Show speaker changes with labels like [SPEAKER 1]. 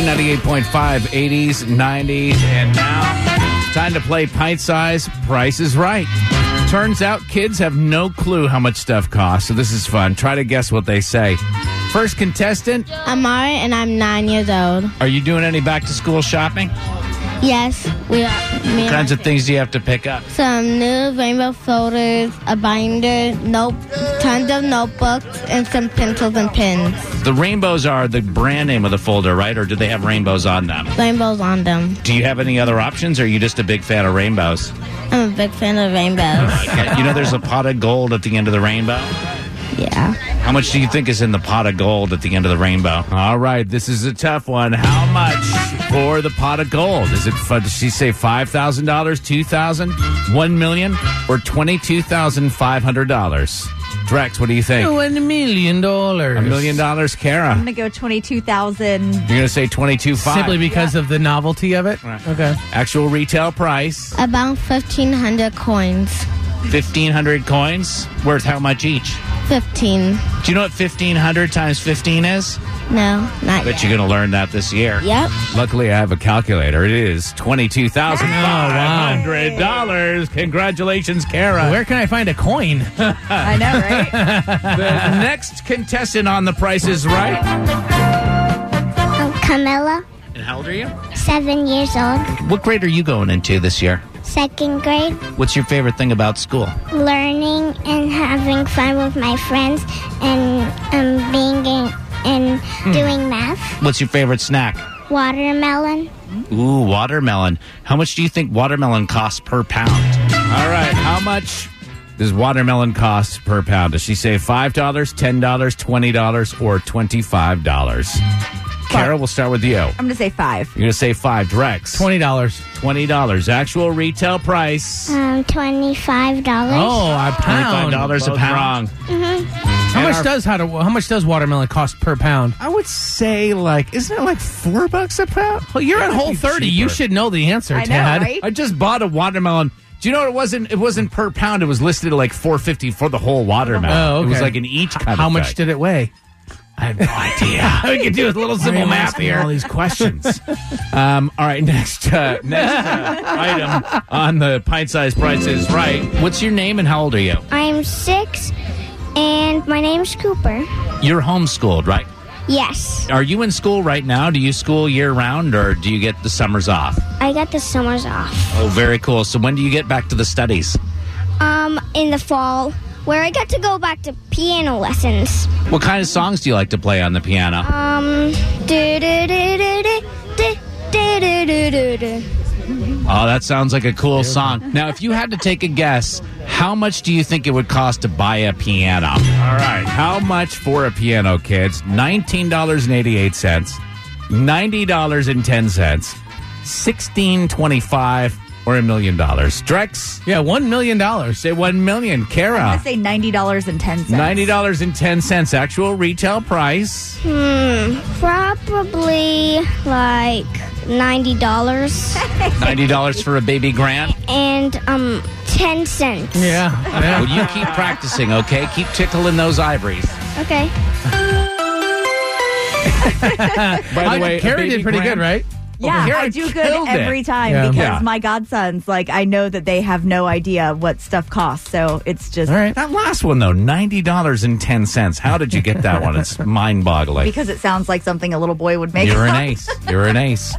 [SPEAKER 1] B98.5, 80s, 90s, and now. Time to play Pint Size Price is Right. Turns out kids have no clue how much stuff costs, so this is fun. Try to guess what they say. First contestant,
[SPEAKER 2] I'm Mari and I'm nine years old.
[SPEAKER 1] are you doing any back to school shopping?
[SPEAKER 2] Yes,
[SPEAKER 1] What
[SPEAKER 2] we are. Me and
[SPEAKER 1] kinds
[SPEAKER 2] my-
[SPEAKER 1] of things do you have to pick up?
[SPEAKER 2] some new rainbow folders, a binder, note, tons of notebooks, and some pencils and pens.
[SPEAKER 1] The rainbows are the brand name of the folder, right? Or do they have rainbows on them?
[SPEAKER 2] Rainbows on them.
[SPEAKER 1] Do you have any other options, or are you just a big fan of rainbows?
[SPEAKER 2] I'm a big fan of rainbows.
[SPEAKER 1] Okay. You know, there's a pot of gold at the end of the rainbow.
[SPEAKER 2] Yeah.
[SPEAKER 1] How much do you think is in the pot of gold at the end of the rainbow? All right, this is a tough one. How much for the pot of gold? Is it? f- Did she say five thousand dollars, two thousand, one million, or twenty-two thousand five hundred dollars? Drex, what do you think?
[SPEAKER 3] One million dollars.
[SPEAKER 1] A million dollars, Kara.
[SPEAKER 4] I'm gonna go twenty-two thousand.
[SPEAKER 1] You're gonna say twenty-two five.
[SPEAKER 3] Simply because of the novelty of it. Okay.
[SPEAKER 1] actual retail price.
[SPEAKER 2] About 1,500 coins.
[SPEAKER 1] 1,500 coins worth how much each?
[SPEAKER 2] 15.
[SPEAKER 1] Do you know what 1,500 times 15 is?
[SPEAKER 2] No, not
[SPEAKER 1] Bet
[SPEAKER 2] yet.
[SPEAKER 1] you're going to learn that this year.
[SPEAKER 2] Yep.
[SPEAKER 1] Luckily, I have a calculator. It is $22,500. Congratulations, Kara.
[SPEAKER 3] Where can I find a coin?
[SPEAKER 4] I know, right?
[SPEAKER 1] the next contestant on The Price is Right.
[SPEAKER 5] I'm Camilla,
[SPEAKER 1] And how old are you?
[SPEAKER 5] seven years old,
[SPEAKER 1] What grade are you going into this year?
[SPEAKER 5] second grade,
[SPEAKER 1] What's your favorite thing about school?
[SPEAKER 5] learning and having fun with my friends and um, being in, and doing math.
[SPEAKER 1] What's your favorite snack?
[SPEAKER 5] Watermelon,
[SPEAKER 1] Ooh, watermelon. How much do you think watermelon costs per pound? All right, how much does watermelon cost per pound? Does she say $5, $10, $20, or $25? Kara, we'll start with you. You're
[SPEAKER 4] I'm gonna say five.
[SPEAKER 1] going to say 5 Drex.
[SPEAKER 3] Twenty dollars.
[SPEAKER 1] $20. Actual retail price.
[SPEAKER 5] um, $25.
[SPEAKER 3] Oh, a pound.
[SPEAKER 1] $25 a
[SPEAKER 3] Both
[SPEAKER 1] pound.
[SPEAKER 3] How
[SPEAKER 1] And
[SPEAKER 3] much
[SPEAKER 1] our-
[SPEAKER 3] does how, to, how much does watermelon cost per pound?
[SPEAKER 1] I would say, like, isn't it like 4 bucks a pound?
[SPEAKER 3] Well, you're at
[SPEAKER 1] It might
[SPEAKER 3] Whole
[SPEAKER 1] be
[SPEAKER 3] 30. You
[SPEAKER 1] cheaper.
[SPEAKER 3] should know the answer,
[SPEAKER 4] I know,
[SPEAKER 3] Tad.
[SPEAKER 4] right?
[SPEAKER 1] I just bought a watermelon. Do you know what it wasn't? It wasn't per pound. It was listed at like four fifty for the whole watermelon.
[SPEAKER 3] Oh, okay.
[SPEAKER 1] It was like an each. Kind
[SPEAKER 3] How
[SPEAKER 1] of
[SPEAKER 3] much
[SPEAKER 1] thing.
[SPEAKER 3] did it weigh?
[SPEAKER 1] I have no idea?
[SPEAKER 3] We could do a little
[SPEAKER 1] Why are you asking All these questions. um, all right, next uh, next uh, item on the pint-sized price is right. What's your name and how old are you?
[SPEAKER 5] I'm six, and my name's Cooper.
[SPEAKER 1] You're homeschooled, right?
[SPEAKER 5] Yes,
[SPEAKER 1] Are you in school right now? Do you school year round or do you get the summers off?
[SPEAKER 5] I got the summers off.
[SPEAKER 1] Oh, very cool. So when do you get back to the studies?
[SPEAKER 5] Um, in the fall, where I got to go back to piano lessons.
[SPEAKER 1] What kind of songs do you like to play on the piano?
[SPEAKER 5] Um, do do do do do do do do do do.
[SPEAKER 1] Oh, that sounds like a cool song. Now, if you had to take a guess, how much do you think it would cost to buy a piano? All right. How much for a piano, kids? $19.88, $90.10, $16.25, or a million dollars. Drex,
[SPEAKER 3] Yeah, one million dollars.
[SPEAKER 1] say $1 million.
[SPEAKER 4] I
[SPEAKER 1] Kara,
[SPEAKER 4] say ninety dollars and ten cents.
[SPEAKER 1] $90.10 actual retail price.
[SPEAKER 5] Probably like ninety dollars
[SPEAKER 1] $90 for a baby grand.
[SPEAKER 5] and um ten cents.
[SPEAKER 3] Yeah, yeah.
[SPEAKER 1] Well, you keep practicing, okay? Keep tickling those ivories.
[SPEAKER 5] Okay.
[SPEAKER 1] By
[SPEAKER 3] I- Carrie did pretty good, right?
[SPEAKER 4] Yeah,
[SPEAKER 1] Here, I
[SPEAKER 4] I do
[SPEAKER 1] killed
[SPEAKER 4] good
[SPEAKER 1] it.
[SPEAKER 4] every time
[SPEAKER 3] Yeah.
[SPEAKER 4] because
[SPEAKER 1] Yeah.
[SPEAKER 4] my godsons, like, I know that they have no idea what stuff costs, so it's just
[SPEAKER 3] All right.
[SPEAKER 1] That last one though, ninety dollars and ten cents. How did you get that one? It's mind-boggling.
[SPEAKER 4] because it sounds like something a little boy would make.
[SPEAKER 1] You're an ace. You're an ace.